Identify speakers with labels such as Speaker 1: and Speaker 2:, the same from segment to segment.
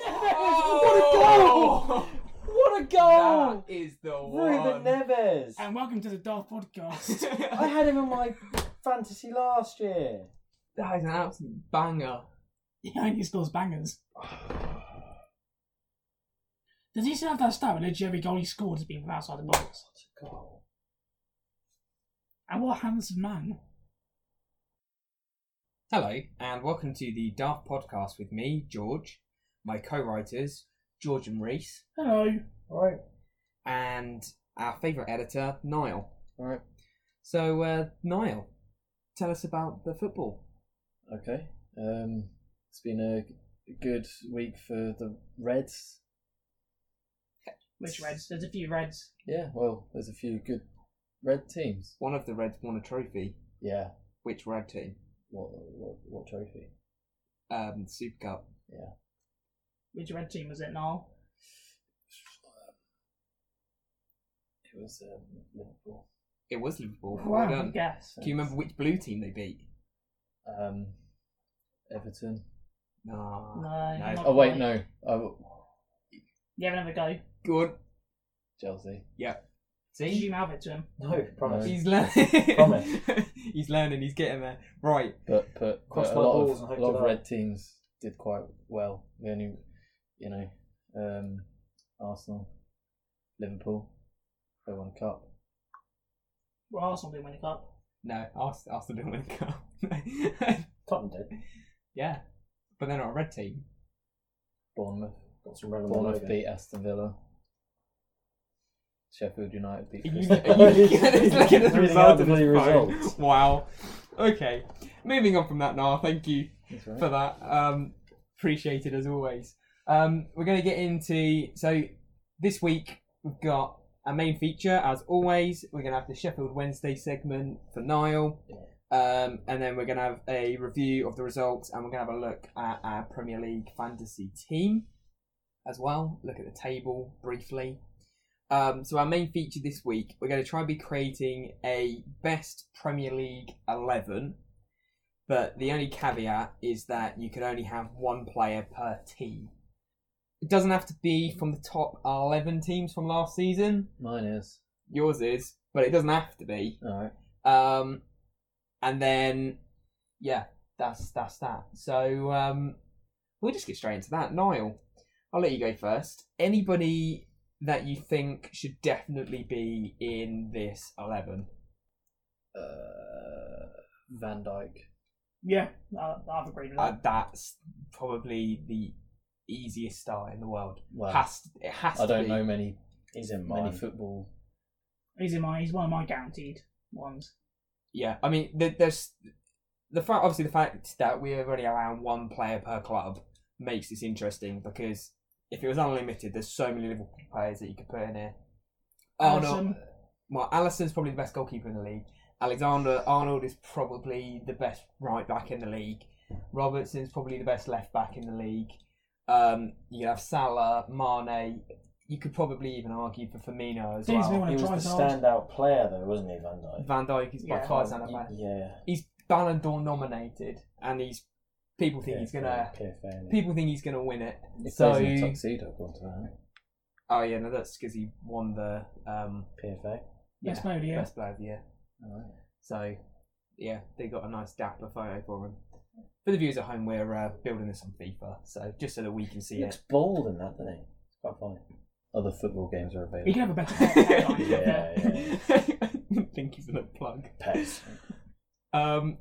Speaker 1: Oh!
Speaker 2: Oh! that is the
Speaker 1: Ruben
Speaker 2: one.
Speaker 1: Neves.
Speaker 3: And welcome to the Dark Podcast.
Speaker 1: I had him in my fantasy last year.
Speaker 2: that is an absolute banger.
Speaker 3: yeah, and he scores bangers. Does he still have that stat where literally every goal he scored has been from outside the box?
Speaker 1: Goal.
Speaker 3: And what a handsome man.
Speaker 4: Hello, and welcome to the Daft Podcast with me, George, my co writers, George and Reese,
Speaker 3: Hello.
Speaker 1: All right.
Speaker 4: and our favourite editor, Niall.
Speaker 1: All right.
Speaker 4: So, uh, Niall, tell us about the football.
Speaker 1: Okay. Um, it's been a good week for the Reds.
Speaker 3: Which Reds? There's a few Reds.
Speaker 1: Yeah. Well, there's a few good Red teams.
Speaker 4: One of the Reds won a trophy.
Speaker 1: Yeah.
Speaker 4: Which Red team?
Speaker 1: What what, what trophy?
Speaker 4: Um, Super Cup.
Speaker 3: Which Red team was it now?
Speaker 1: It was um, Liverpool.
Speaker 4: It was Liverpool. Well
Speaker 3: Wow,
Speaker 4: done. Do
Speaker 3: yes.
Speaker 4: you remember which blue team they beat?
Speaker 1: Um, Everton.
Speaker 4: No.
Speaker 3: No.
Speaker 4: No.
Speaker 3: not
Speaker 1: Oh wait,
Speaker 3: quite.
Speaker 1: no. Oh,
Speaker 3: You have another go.
Speaker 4: Good.
Speaker 1: Chelsea.
Speaker 3: Did
Speaker 4: See?
Speaker 3: you mouth it to him?
Speaker 4: No,
Speaker 1: promise.
Speaker 4: He's learning.
Speaker 1: Promise.
Speaker 4: he's learning. He's getting there. Right.
Speaker 1: But but, but
Speaker 5: Cross
Speaker 1: a
Speaker 5: my
Speaker 1: lot
Speaker 5: balls
Speaker 1: of
Speaker 5: and
Speaker 1: a
Speaker 5: hope
Speaker 1: lot
Speaker 5: to
Speaker 1: of
Speaker 5: die.
Speaker 1: red teams did quite well. The only you know, um, Arsenal, Liverpool, they won a cup.
Speaker 3: Well, Arsenal didn't win the cup.
Speaker 4: No, Ars- Arsenal didn't win the cup.
Speaker 5: Tottenham did.
Speaker 4: yeah. But they're not a red team.
Speaker 1: Bournemouth,
Speaker 5: Got some relevant
Speaker 1: Bournemouth
Speaker 5: logo.
Speaker 1: beat Aston Villa. Sheffield United beat.
Speaker 4: Are you,
Speaker 1: Crystal
Speaker 4: are you
Speaker 1: Palace.
Speaker 4: he's looking at the
Speaker 5: Reading
Speaker 4: result
Speaker 5: out the
Speaker 4: of his
Speaker 5: bloody
Speaker 4: phone.
Speaker 5: results.
Speaker 4: Wow. Okay. Moving on from that now. Thank you
Speaker 1: That's right.
Speaker 4: for that. Um, appreciated as always. Um, we're going to get into so this week we've got a main feature as always. We're going to have the Sheffield Wednesday segment for Niall, um, and then we're going to have a review of the results, and we're going to have a look at our Premier League fantasy team as well. Look at the table briefly. Um, so our main feature this week, we're going to try and be creating a best Premier League eleven. But the only caveat is that you can only have one player per team. It doesn't have to be from the top 11 teams from last season.
Speaker 1: Mine is
Speaker 4: Yours is, but it doesn't have to be.
Speaker 1: all right.
Speaker 4: Um, and then, yeah, that's that's that. So um, we'll just get straight into that. Niall, I'll let you go first. Anybody that you think should definitely be in this 11?
Speaker 1: Uh, Van Dyke.
Speaker 3: Yeah, I, I've agreed with
Speaker 4: Uh,
Speaker 3: that.
Speaker 4: that's probably the easiest start in the world.
Speaker 1: Well,
Speaker 4: has it has
Speaker 1: I
Speaker 4: to
Speaker 1: don't
Speaker 4: be.
Speaker 1: know many
Speaker 5: He's in
Speaker 1: many
Speaker 5: mine.
Speaker 1: football.
Speaker 3: he's in my. He's one of my guaranteed ones.
Speaker 4: Yeah, I mean, there, there's the fact. Obviously, the fact that we already allow one player per club makes this interesting because if it was unlimited, there's so many Liverpool players that you could put in here. Arnold,
Speaker 3: Alisson.
Speaker 4: well, Allison's probably the best goalkeeper in the league. Alexander Arnold is probably the best right back in the league. Robertson's probably the best left back in the league. Um, you have Salah, Mane. You could probably even argue for Firmino as
Speaker 3: Seems to me
Speaker 4: well.
Speaker 3: when
Speaker 5: He
Speaker 3: I
Speaker 5: was
Speaker 3: try
Speaker 5: the
Speaker 3: hard.
Speaker 5: standout player, though, wasn't he, Van Dijk?
Speaker 4: Van Dijk is by
Speaker 3: Yeah.
Speaker 4: far standout player.
Speaker 5: Yeah.
Speaker 4: he's Ballon d'Or nominated, and he's people think he's gonna
Speaker 5: PFA.
Speaker 4: people think he's gonna win it.
Speaker 1: He
Speaker 4: so
Speaker 1: plays in a tuxedo, according to that.
Speaker 4: oh yeah, no, that's because he won the um
Speaker 5: PFA.
Speaker 4: yeah,
Speaker 3: Best player of the year.
Speaker 4: best player of the year.
Speaker 1: All right.
Speaker 4: So yeah, they got a nice dapper photo for him. For the viewers at home, we're uh, building this on FIFA, so just so that we can
Speaker 5: He
Speaker 4: see
Speaker 5: looks
Speaker 4: it.
Speaker 5: bald in that, doesn't he? It's quite funny.
Speaker 1: Other football games are
Speaker 3: He
Speaker 1: available.
Speaker 3: can have a better hairline.
Speaker 5: Yeah, yeah,
Speaker 4: I didn't think he's a little plug.
Speaker 5: Pets.
Speaker 4: Um,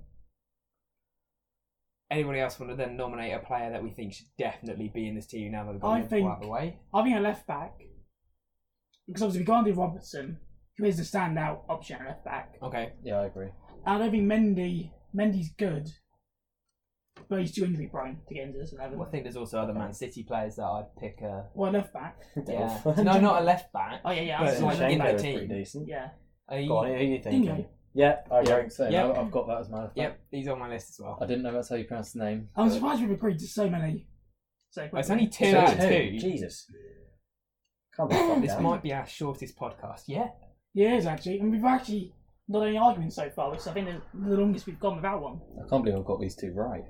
Speaker 4: anybody else want to then nominate a player that we think should definitely be in this team now that we've got
Speaker 3: I
Speaker 4: Liverpool out of
Speaker 3: think-
Speaker 4: the way?
Speaker 3: I think a left back because obviously we can't do Robertson, who is the standout option at left back.
Speaker 4: Okay,
Speaker 1: Yeah, I agree.
Speaker 3: I don't think Mendy. Mendy's good, but he's too injury prone to get into this eleven.
Speaker 4: Well, I think there's also other Man City players that I'd pick. Uh,
Speaker 3: Well, left back.
Speaker 4: yeah. no, not a left back.
Speaker 3: Oh yeah, yeah,
Speaker 4: But
Speaker 3: I'm sorry.
Speaker 4: like in
Speaker 5: Shane
Speaker 4: the
Speaker 5: was pretty
Speaker 4: team.
Speaker 5: decent.
Speaker 3: yeah.
Speaker 4: He,
Speaker 5: Go on, who are you thinking?
Speaker 3: Dingo.
Speaker 5: Yeah, I
Speaker 1: Yeah,
Speaker 5: agree.
Speaker 1: same.
Speaker 4: Yeah.
Speaker 1: I- I've got that as my.
Speaker 4: yep, he's on my list as well.
Speaker 1: I didn't know that's how you pronounce the name.
Speaker 3: I'm
Speaker 1: but-
Speaker 3: surprised we've agreed to so many. So
Speaker 4: Well, it's only two
Speaker 5: So
Speaker 4: out of
Speaker 5: two.
Speaker 4: two.
Speaker 5: Jesus. Come on,
Speaker 4: This might be our shortest podcast yet.
Speaker 3: yeah, it is actually, and we've actually not any arguments so far, which I think is the longest we've gone without one.
Speaker 1: I can't believe I've got these two right.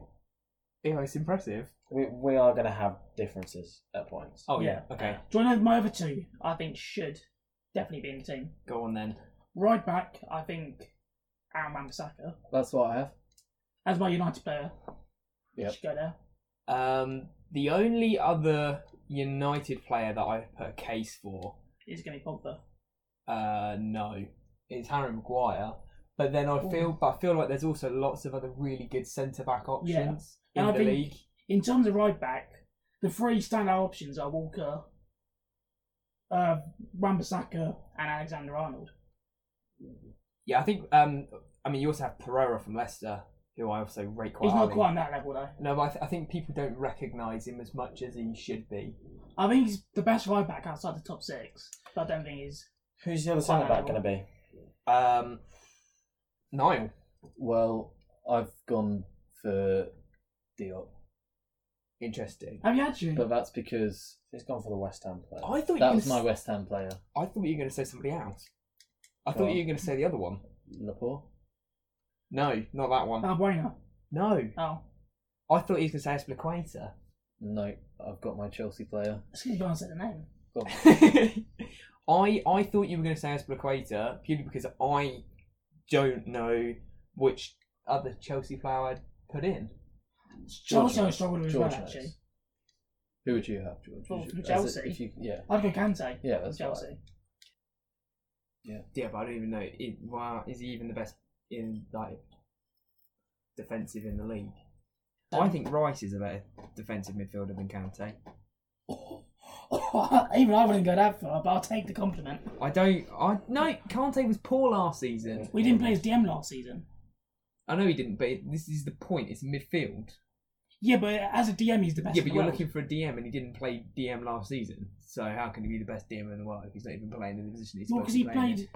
Speaker 4: Yeah, it's impressive.
Speaker 5: We, we are going to have differences at points.
Speaker 4: Oh yeah. Okay,
Speaker 3: Do you want to know my other two? I think should definitely be in the team.
Speaker 4: go on then.
Speaker 3: Right back, I think Aaron Wan-Bissaka
Speaker 1: That's what I have.
Speaker 3: as my United player.
Speaker 1: Yep.
Speaker 3: Should go there.
Speaker 4: Um, the only other United player that I put a case for,
Speaker 3: Is going to be Pogba.
Speaker 4: uh, no, is Harry Maguire. But then I feel, but I feel like there's also lots of other really good centre back options
Speaker 3: And
Speaker 4: in
Speaker 3: I
Speaker 4: the
Speaker 3: think
Speaker 4: league.
Speaker 3: in terms of right back, the three standout options are Walker, uh, Wan-Bissaka, and Alexander Arnold.
Speaker 4: Yeah, I think. Um, I mean, you also have Pereira from Leicester, who I also rate quite.
Speaker 3: He's not
Speaker 4: highly.
Speaker 3: quite on that level though.
Speaker 4: No, but I, th- I think people don't recognise him as much as he should be.
Speaker 3: I think he's the best right back outside the top six, but I don't think he's.
Speaker 5: Who's the other
Speaker 3: Quite
Speaker 5: centre back
Speaker 3: manageable.
Speaker 5: going to be?
Speaker 4: Um, Niall.
Speaker 1: Well, I've gone for Diop,
Speaker 4: Interesting.
Speaker 3: Have you actually?
Speaker 1: but that's because
Speaker 5: He's gone for the West Ham player.
Speaker 4: I
Speaker 3: Oh,
Speaker 4: thought
Speaker 1: that
Speaker 4: you
Speaker 1: was
Speaker 4: were
Speaker 1: my
Speaker 4: gonna
Speaker 1: West Ham player,
Speaker 4: s- I thought you were going to say somebody else. I
Speaker 1: Go
Speaker 4: thought
Speaker 1: on.
Speaker 4: you were going to say the other one.
Speaker 1: Laporte.
Speaker 4: No, not that one.
Speaker 3: Ah, Bueno.
Speaker 4: No,
Speaker 3: Oh,
Speaker 4: I thought he was going to say Espliquator.
Speaker 1: No, I've got my Chelsea player.
Speaker 3: excuse me, I said the name.
Speaker 1: Got-
Speaker 4: I I thought you were going to say Espliquator purely because I don't know which other Chelsea player I'd put in.
Speaker 1: George
Speaker 3: Chelsea I
Speaker 1: knows.
Speaker 3: struggled with as well
Speaker 1: George
Speaker 3: actually.
Speaker 1: knows. Who would you have, George?
Speaker 3: Well,
Speaker 1: Would
Speaker 3: from
Speaker 1: you- as
Speaker 3: Chelsea.
Speaker 1: A, if you, yeah,
Speaker 3: I'd go Kante.
Speaker 1: Yeah, that's
Speaker 3: Chelsea.
Speaker 4: Yeah, but I don't even know. It, wow, is he even the best in like defensive in the league? I think Rice is a better defensive midfielder than Kante.
Speaker 3: Even I wouldn't go that far, but I'll take the compliment.
Speaker 4: I don't. I no. Kante was poor last season.
Speaker 3: We didn't play as DM last season.
Speaker 4: I know he didn't, but it, this is the point. It's midfield.
Speaker 3: Yeah, but as a DM, he's the best.
Speaker 4: yeah,
Speaker 3: in
Speaker 4: but
Speaker 3: the
Speaker 4: you're
Speaker 3: world.
Speaker 4: looking for a DM, and he didn't play DM last season. So how can he be the best DM in the world if he's not even playing in the position he's
Speaker 3: Well,
Speaker 4: supposed
Speaker 3: because
Speaker 4: to
Speaker 3: he
Speaker 4: play? in?
Speaker 3: played.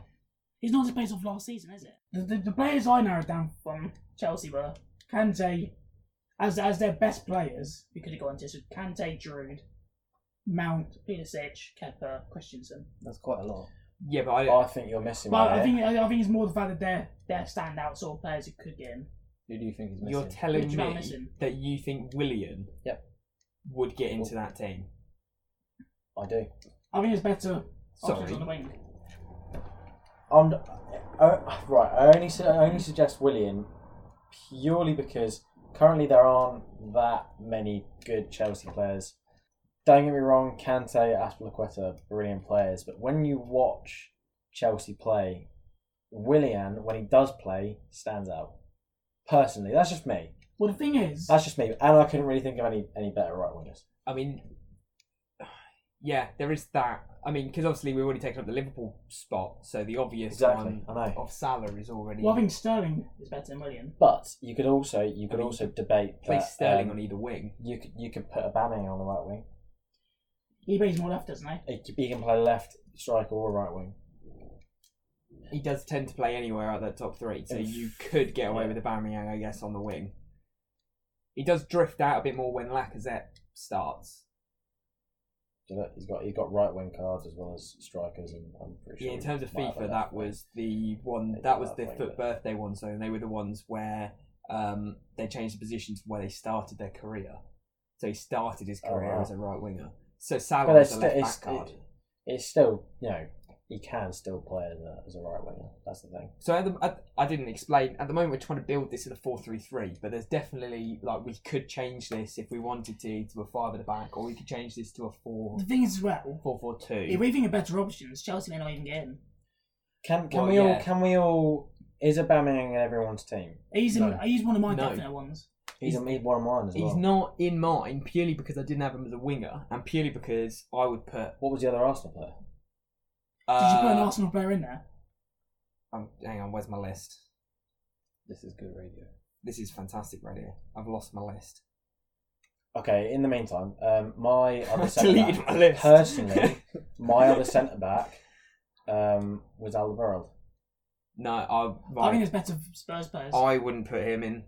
Speaker 3: He's not the best of last season, is it? The, the, the players I narrowed down from Chelsea were Kante, as as their best players. We could have gone to so Kante, Druid, Mount, Pulisic, Kepa, Christensen.
Speaker 1: that's quite a lot.
Speaker 4: Yeah, but I,
Speaker 5: I think you're missing
Speaker 3: But
Speaker 5: one
Speaker 3: I
Speaker 5: there.
Speaker 3: think I, I think it's more the fact that they're they're standout sort of players who could get in.
Speaker 1: Who do you think is missing?
Speaker 4: you're telling
Speaker 3: Which one is
Speaker 4: me
Speaker 3: it?
Speaker 4: that you think Willian
Speaker 1: Yep.
Speaker 4: would get into that team.
Speaker 5: I do.
Speaker 3: I think it's better options
Speaker 4: Sorry.
Speaker 3: on the wing.
Speaker 5: I'm, uh, right, I only, su- I only suggest William purely because currently there aren't that many good Chelsea players. Don't get me wrong, Kante, Aspilicueta, brilliant players, but when you watch Chelsea play, Willian, when he does play, stands out. Personally, that's just me.
Speaker 3: Well, the thing is,
Speaker 5: That's just me, and I couldn't really think of any, any better right wingers.
Speaker 4: I mean, yeah, there is that. I mean, because obviously we've already taken up the Liverpool spot, so the obvious
Speaker 5: Exactly,
Speaker 4: one
Speaker 5: I know.
Speaker 4: of Salah is already
Speaker 3: well, I think Sterling is better than William.
Speaker 5: But you could also you could
Speaker 4: I mean,
Speaker 5: also debate
Speaker 4: place
Speaker 5: that,
Speaker 4: Sterling
Speaker 5: um,
Speaker 4: on either wing.
Speaker 5: You could you could put Aubameyang on the right wing.
Speaker 3: He plays more left, doesn't he?
Speaker 5: He c- he can play left striker or right wing.
Speaker 4: He does tend to play anywhere at that top three, so
Speaker 5: Yeah.
Speaker 4: you could get away
Speaker 5: Yeah.
Speaker 4: with a Aubameyang, I guess, on the wing. He does drift out a bit more when Lacazette starts.
Speaker 5: So that- He's got he's got right wing cards as well as strikers, and I'm pretty sure.
Speaker 4: Yeah, in terms of
Speaker 5: he might have a
Speaker 4: FIFA,
Speaker 5: left
Speaker 4: that
Speaker 5: wing.
Speaker 4: was the one
Speaker 5: They
Speaker 4: that
Speaker 5: do
Speaker 4: was
Speaker 5: that
Speaker 4: the
Speaker 5: thing,
Speaker 4: foot
Speaker 5: but-
Speaker 4: birthday one. So they were the ones where um, they changed the position to where they started their career. So he started his
Speaker 5: Oh,
Speaker 4: career
Speaker 5: wow.
Speaker 4: as a right winger. So
Speaker 5: But
Speaker 4: Salah
Speaker 5: it's,
Speaker 4: was a
Speaker 5: sti-
Speaker 4: left
Speaker 5: it's,
Speaker 4: back card.
Speaker 5: it- it's still you know he can still play as a, as a right winger. That's the thing.
Speaker 4: So at the, at, I didn't explain. At the moment, we're trying to build this in a four-three-three, but there's definitely like we could change this if we wanted to to a five at the back, or we could change this to a four
Speaker 3: The thing is, as well,
Speaker 4: four four two.
Speaker 3: if we think of better options, Chelsea may not even get in.
Speaker 5: Can can
Speaker 4: Well,
Speaker 5: we all
Speaker 4: yeah.
Speaker 5: can we all is Aubameyang in everyone's team?
Speaker 3: He's in,
Speaker 1: No.
Speaker 3: he's one of my
Speaker 4: No.
Speaker 3: definite ones.
Speaker 5: He's,
Speaker 4: He's-
Speaker 5: a, he's one of mine as well.
Speaker 4: He's not in mine purely because I didn't have him as a winger, and purely because I would put.
Speaker 5: What was the other Arsenal player?
Speaker 3: Did you put an
Speaker 4: uh,
Speaker 3: Arsenal player in there?
Speaker 4: Um, hang on, where's my list?
Speaker 1: This is good radio.
Speaker 4: This is fantastic radio. I've lost my list.
Speaker 5: Okay, in the meantime, um, my other centre
Speaker 4: deleted
Speaker 5: back
Speaker 4: my list.
Speaker 5: personally, my other centre back um, was Alderweireld.
Speaker 4: No, I,
Speaker 3: I think
Speaker 4: right,
Speaker 3: it's better for Spurs players.
Speaker 4: I,
Speaker 5: Oh.
Speaker 4: wouldn't put him in.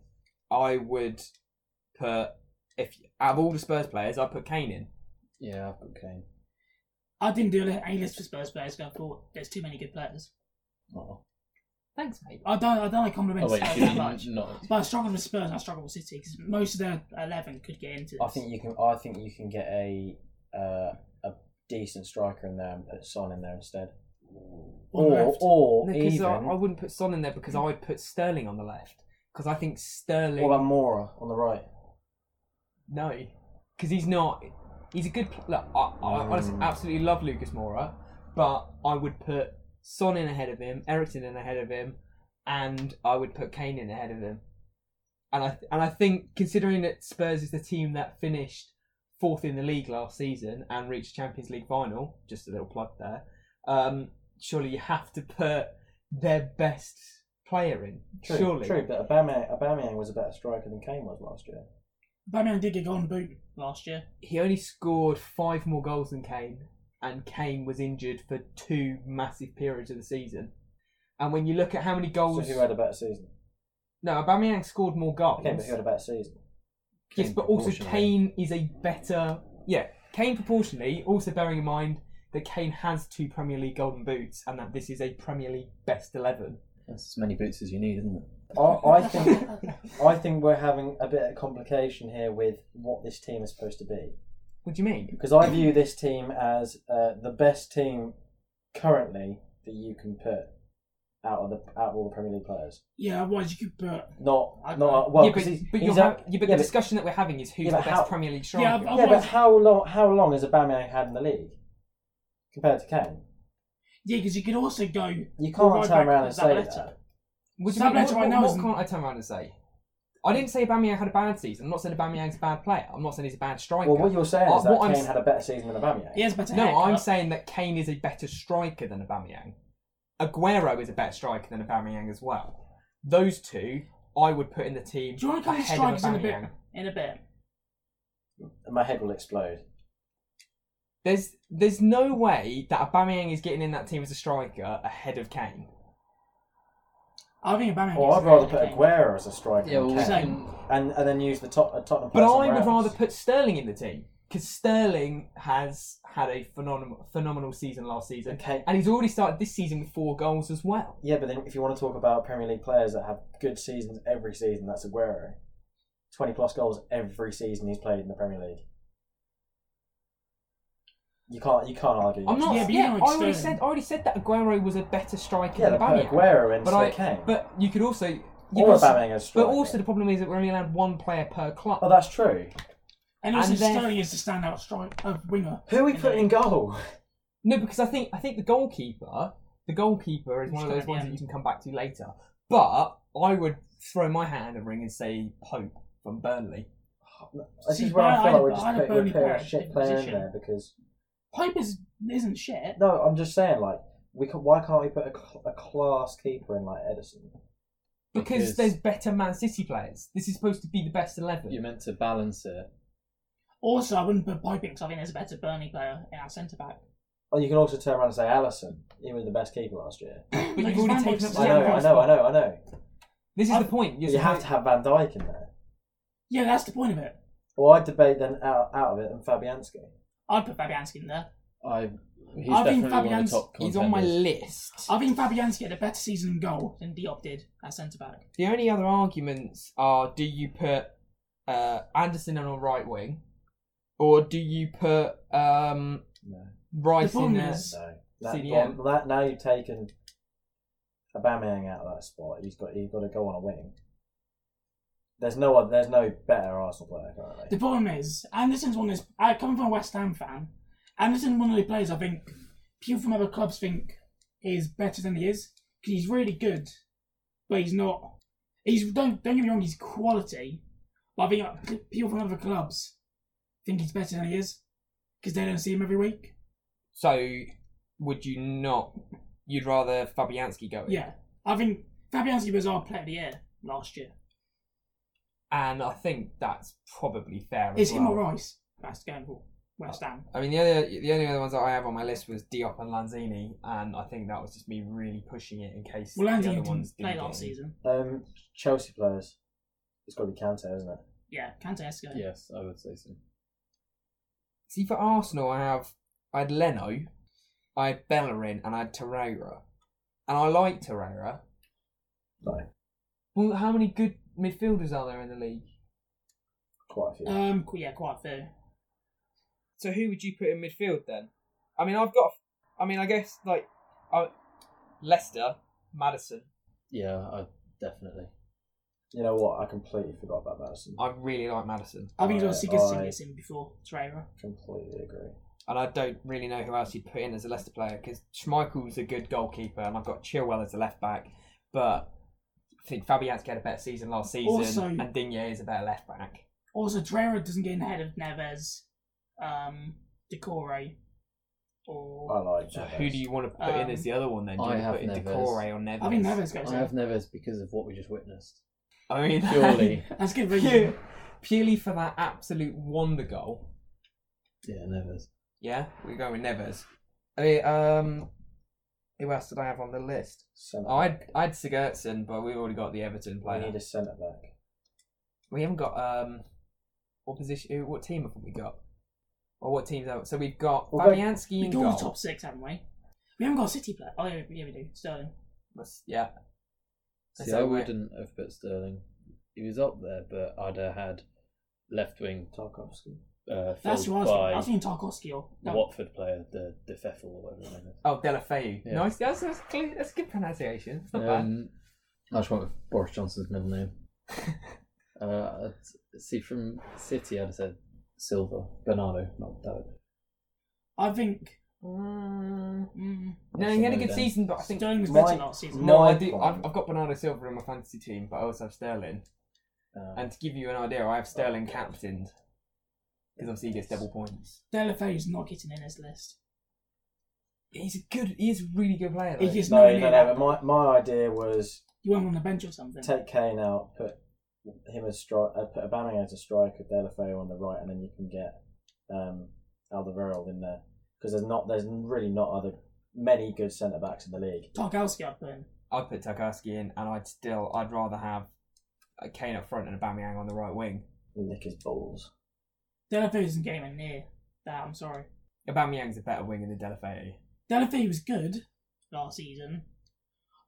Speaker 4: I would put if out of all the Spurs players, I would put Kane in.
Speaker 1: Yeah, I've got Kane.
Speaker 3: I didn't do any list for Spurs players going forward. There's too many good players.
Speaker 1: Oh,
Speaker 4: Thanks, mate.
Speaker 3: I don't, I don't like compliments
Speaker 1: Oh wait,
Speaker 3: that
Speaker 1: you
Speaker 3: much.
Speaker 1: didn't- not.
Speaker 3: But I struggle with Spurs and I struggle with City because most of their 11 could get into this.
Speaker 5: I think you can. I think you can get a uh, a decent striker in there and put Son in there instead.
Speaker 3: On the
Speaker 5: Or
Speaker 3: left.
Speaker 5: or
Speaker 4: Because
Speaker 5: even
Speaker 4: I, I wouldn't put Son in there because I would put Sterling on the left because I think Sterling.
Speaker 5: or Mora on the right.
Speaker 4: No, because he's not. He's a good. pl- Look, I, I
Speaker 5: Mm.
Speaker 4: honestly absolutely love Lucas Moura, but I would put Son in ahead of him, Ericsson in ahead of him, and I would put Kane in ahead of him. And I and I think considering that Spurs is the team that finished fourth in the league last season and reached Champions League final, just a little plug there. Um, surely you have to put their best player in.
Speaker 5: True,
Speaker 4: surely.
Speaker 5: true. But Aubameyang, Aubameyang was a better striker than Kane was last year.
Speaker 3: Batman did get golden boot last year.
Speaker 4: he only scored five more goals than Kane, and Kane was injured for two massive periods of the season. And when you look at how many
Speaker 5: So
Speaker 4: goals,
Speaker 5: who had a better season?
Speaker 4: no, Aubameyang scored more goals.
Speaker 5: Okay, but who had a better season?
Speaker 4: yes,
Speaker 1: Kane
Speaker 4: but also
Speaker 1: proportionally.
Speaker 4: Kane is a better, yeah, Kane proportionally. Also bearing in mind that Kane has two Premier League golden boots, and that this is a Premier League best eleven.
Speaker 1: That's as many boots as you need, isn't it?
Speaker 5: I, I think I think we're having a bit of complication here with what this team is supposed to be.
Speaker 4: What do you mean?
Speaker 5: Because I view this team as uh, the best team currently that you can put out of the out of all the Premier League players.
Speaker 3: Yeah, otherwise you could put.
Speaker 5: Not
Speaker 3: I-
Speaker 5: not well.
Speaker 4: yeah, but,
Speaker 5: 'cause he's,
Speaker 4: but,
Speaker 5: he's
Speaker 4: you're ha-
Speaker 5: out-
Speaker 4: yeah, but
Speaker 5: yeah,
Speaker 4: the discussion that we're having is who's
Speaker 5: Yeah,
Speaker 4: the
Speaker 5: but
Speaker 4: best
Speaker 5: how-
Speaker 4: Premier League
Speaker 3: Yeah,
Speaker 4: striker.
Speaker 3: but-
Speaker 5: yeah, but
Speaker 3: Otherwise-
Speaker 5: how long how long has Aubameyang had in the league compared to Kane?
Speaker 3: Yeah, because you could also go.
Speaker 5: You
Speaker 3: Well,
Speaker 5: can't
Speaker 3: right
Speaker 5: turn
Speaker 3: back
Speaker 5: around
Speaker 3: to
Speaker 5: and say
Speaker 3: Zabaleta.
Speaker 5: that.
Speaker 4: What do you mean,
Speaker 3: Sam
Speaker 4: what,
Speaker 3: Blanchard right
Speaker 4: what-
Speaker 3: now
Speaker 4: what
Speaker 3: isn't-
Speaker 4: can't I turn around and say? I didn't say Aubameyang had a bad season. I'm not saying Aubameyang's a bad player. I'm not saying he's a bad striker.
Speaker 5: Well, what you're saying
Speaker 4: Uh,
Speaker 5: is that
Speaker 4: what I'm
Speaker 5: Kane
Speaker 4: s-
Speaker 5: had a better season than Aubameyang.
Speaker 3: He has better
Speaker 4: no, I'm
Speaker 3: haircut.
Speaker 4: saying that Kane is a better striker than Aubameyang. Aguero is a better striker than Aubameyang as well. Those two, I would put in the team.
Speaker 3: Do you want to come to
Speaker 4: ahead of
Speaker 3: strikers in a bit?
Speaker 4: Aubameyang.
Speaker 3: In a bit.
Speaker 5: My head will explode.
Speaker 4: There's there's no way that Aubameyang is getting in that team as a striker ahead of Kane.
Speaker 3: I think Batman.
Speaker 5: Or Oh, I'd rather put Aguero as a striker
Speaker 1: Yeah, well,
Speaker 5: than
Speaker 1: we
Speaker 5: Kane,
Speaker 1: can,
Speaker 5: and and then use the top, uh, Tottenham.
Speaker 4: But
Speaker 5: player
Speaker 4: I
Speaker 5: somewhere
Speaker 4: would
Speaker 5: else.
Speaker 4: rather put Sterling in the team because Sterling has had a phenomenal phenomenal season last season,
Speaker 5: Okay.
Speaker 4: and he's already started this season with four goals as well.
Speaker 5: Yeah, but then if you want to talk about Premier League players that have good seasons every season, that's Aguero. 20 plus goals every season he's played in the Premier League. You can't you can't argue.
Speaker 4: I'm not. Yeah,
Speaker 3: Yeah, but you know
Speaker 4: I
Speaker 3: it's
Speaker 4: already
Speaker 3: Sterling.
Speaker 4: said. I already said that Aguero was a better striker
Speaker 5: Yeah, they
Speaker 4: than
Speaker 5: put
Speaker 4: Aubameyang.
Speaker 5: Aguero
Speaker 4: but
Speaker 5: instead
Speaker 4: I,
Speaker 5: of Kane.
Speaker 4: but you could also. You
Speaker 5: or
Speaker 4: could also-
Speaker 5: Aubameyang as
Speaker 4: but
Speaker 5: striker.
Speaker 4: also the problem is that we're only allowed one player per club.
Speaker 5: Oh, that's true.
Speaker 3: And also
Speaker 4: And then-
Speaker 3: Sterling is the standout strike uh, winger.
Speaker 5: Who are we
Speaker 3: And
Speaker 5: putting in goal?
Speaker 4: No, because I think I think the goalkeeper, the goalkeeper is one of
Speaker 3: Just
Speaker 4: those
Speaker 3: come
Speaker 4: ones
Speaker 3: at the
Speaker 4: that you
Speaker 3: end.
Speaker 4: can come back to later. But I would throw my hand in the ring and say Pope from Burnley.
Speaker 5: This
Speaker 3: See,
Speaker 5: is where I
Speaker 3: I-
Speaker 5: feel like we're
Speaker 3: I-
Speaker 5: just
Speaker 3: I'd
Speaker 5: putting,
Speaker 3: only
Speaker 5: we're
Speaker 3: put
Speaker 5: putting a
Speaker 3: a
Speaker 5: shit
Speaker 3: different
Speaker 5: player in
Speaker 3: position.
Speaker 5: there because
Speaker 3: Pope is, isn't shit.
Speaker 5: no, I'm just saying like we can, why can't we put a, cl- a class keeper in like Edison?
Speaker 4: Because,
Speaker 1: Because-
Speaker 4: there's better Man City players. This is supposed to be the best eleven.
Speaker 1: you're meant to balance it.
Speaker 3: Also, I wouldn't put Pope in because I think there's a better Burnley player in our centre back.
Speaker 5: Well, you can also turn around and say Allison. He was the best keeper last year.
Speaker 4: But
Speaker 3: Like,
Speaker 4: you've already
Speaker 3: Van
Speaker 4: taken up
Speaker 3: Dijk's
Speaker 4: the
Speaker 5: I know, I
Speaker 4: Champions
Speaker 5: know, I
Speaker 4: spot.
Speaker 5: know, I know.
Speaker 4: This is
Speaker 3: I've-
Speaker 4: the point.
Speaker 5: But
Speaker 4: You're
Speaker 5: you have
Speaker 4: supposed-
Speaker 5: to have Van Dijk in there.
Speaker 3: Yeah, that's the point of it.
Speaker 5: Well, I'd debate then out, out of it and Fabianski.
Speaker 3: I'd put Fabianski in there.
Speaker 1: I. He's
Speaker 3: I
Speaker 1: definitely one
Speaker 3: think
Speaker 1: of
Speaker 3: Fabian's-
Speaker 1: the top
Speaker 4: He's on my
Speaker 1: contenders.
Speaker 4: list.
Speaker 3: I think Fabianski had a better season in goal than Diop did at centre back.
Speaker 4: The only other arguments are: do you put uh, Anderson on a right wing, or do you put um,
Speaker 5: No.
Speaker 4: Rice
Speaker 3: The
Speaker 4: in
Speaker 3: problem
Speaker 4: there?
Speaker 3: is-
Speaker 5: No. That,
Speaker 4: CDM.
Speaker 5: well, that- now you've taken Aubameyang out of that spot. He's got he's got to go on a wing. There's no other, there's no better Arsenal player
Speaker 3: The
Speaker 5: currently.
Speaker 3: problem is, Anderson's one is. I come from a West Ham fan. Anderson's one of the players I think people from other clubs think is better than he is because he's really good, but he's not. He's don't don't get me wrong, he's quality, but I think uh, p- people from other clubs think he's better than he is because they don't see him every week.
Speaker 4: So, would you not? You'd rather Fabianski go in?
Speaker 3: Yeah, I think Fabianski was our player of the year last year.
Speaker 4: And I think that's probably fair.
Speaker 3: Is
Speaker 4: as
Speaker 3: him
Speaker 4: well.
Speaker 3: or Rice? That's going for West Ham.
Speaker 4: I mean, the other, the only other ones that I have on my list was Diop and Lanzini, and I think that was just me really pushing it in case
Speaker 3: Well,
Speaker 4: the
Speaker 3: Andy
Speaker 4: other
Speaker 3: didn't
Speaker 4: ones
Speaker 3: play
Speaker 4: didn't
Speaker 3: last
Speaker 4: get in.
Speaker 3: season.
Speaker 5: Um, Chelsea players. It's got to be Kante, isn't it?
Speaker 3: Yeah, Kante has to go.
Speaker 1: Yes, I would say so.
Speaker 4: See, for Arsenal, I have I had Leno, I had Bellerin, and I had Torreira, and I like Torreira,
Speaker 5: No,
Speaker 4: Well, how many good midfielders are there in the league?
Speaker 5: quite a few.
Speaker 3: Um, qu- yeah, quite fair.
Speaker 4: So who would you put in midfield then? I mean, I've got. I mean, I guess like, uh, Leicester, Madison.
Speaker 1: Yeah, I definitely.
Speaker 5: you know what? I completely forgot about Madison.
Speaker 4: I really like Madison,
Speaker 3: I think it was
Speaker 5: I- I-
Speaker 3: Sigurdsson in before Torreira.
Speaker 5: completely agree.
Speaker 4: and I don't really know who else you'd put in as a Leicester player because Schmeichel's a good goalkeeper, and I've got Chilwell as a left back, but I think Fabianski had a better season last season,
Speaker 3: Also-
Speaker 4: and Digne is a better left back.
Speaker 3: Also, Torreira doesn't get in ahead of Neves, um, Decore, or
Speaker 5: I like
Speaker 4: So
Speaker 5: Neves.
Speaker 4: who do you want to put in
Speaker 3: Um,
Speaker 4: as the other one then? Do you
Speaker 1: I
Speaker 4: want to
Speaker 1: have
Speaker 4: put in
Speaker 1: Neves.
Speaker 4: Decore or
Speaker 5: Oh,
Speaker 4: Neves?
Speaker 3: I think Neves goes.
Speaker 1: I have Neves because of what we just witnessed.
Speaker 4: I mean,
Speaker 1: Purely.
Speaker 3: That's good.
Speaker 4: pure,
Speaker 3: Reason.
Speaker 4: purely for that absolute wonder goal.
Speaker 1: yeah, Neves.
Speaker 4: Yeah, we go with Nevers. I mean, um, who else did I have on the list?
Speaker 5: Centre
Speaker 4: Oh, I'd I'd Sigurdsson, but we've already got the Everton
Speaker 5: I
Speaker 4: player.
Speaker 5: need a centre back.
Speaker 4: We haven't got um, what position? who- What team have we got? Or what teams have? So we've got
Speaker 5: We'll go-
Speaker 4: Fabianski in
Speaker 3: We've got all the
Speaker 4: goal.
Speaker 3: top six, haven't we? We haven't got a City player. Oh, yeah, we- yeah we do. Sterling.
Speaker 4: That's- Yeah,
Speaker 1: See,
Speaker 4: So
Speaker 1: I
Speaker 4: we're-
Speaker 1: wouldn't have put Sterling. He was up there, but I'd have had left wing
Speaker 5: Tarkovsky.
Speaker 1: uh,
Speaker 3: That's
Speaker 1: filled
Speaker 3: who I was thinking. I was
Speaker 1: by
Speaker 3: thinking Tarkovsky or
Speaker 1: the
Speaker 3: no,
Speaker 1: Watford player, the the Feffel or whatever his name is.
Speaker 4: Oh, Delafeu.
Speaker 1: Yeah.
Speaker 4: Nice. That's that's, clear. that's good pronunciation. It's not bad.
Speaker 1: Um, I just went with Boris Johnson's middle name. uh, I'd- see, from City, I'd have said Silva, Bernardo, not David.
Speaker 3: I think
Speaker 4: Mm,
Speaker 3: mm,
Speaker 4: no, he had a good season, but I think
Speaker 3: Sterling was
Speaker 5: my-
Speaker 3: better last season.
Speaker 4: no, I
Speaker 5: Nine
Speaker 4: do.
Speaker 5: point.
Speaker 4: I've, I've got Bernardo Silva in my fantasy team, but I also have Sterling.
Speaker 1: Uh,
Speaker 4: And to give you an idea, I have Sterling captained because obviously he gets double points.
Speaker 3: Delafay's not getting in this list.
Speaker 4: He's a good. He is a really good player.
Speaker 3: He is
Speaker 5: No,
Speaker 3: not
Speaker 5: no, no. But my, my idea was
Speaker 3: You weren't on the bench or something.
Speaker 5: take Kane out, put him as strike, uh, put Aubameyang as a striker, Delafeu on the right, and then you can get um, Alderweireld in there because there's not there's really not other many good centre backs in the league.
Speaker 3: Tarkowski I'd put in.
Speaker 4: I'd put Tarkowski in, and I'd still. I'd rather have a Kane up front and a Bamiyang on the right wing.
Speaker 5: Nick his balls.
Speaker 3: Delafay isn't getting anywhere near that, I'm sorry.
Speaker 4: Aubameyang's a better winger than Delafeu.
Speaker 3: Delafay was good last season.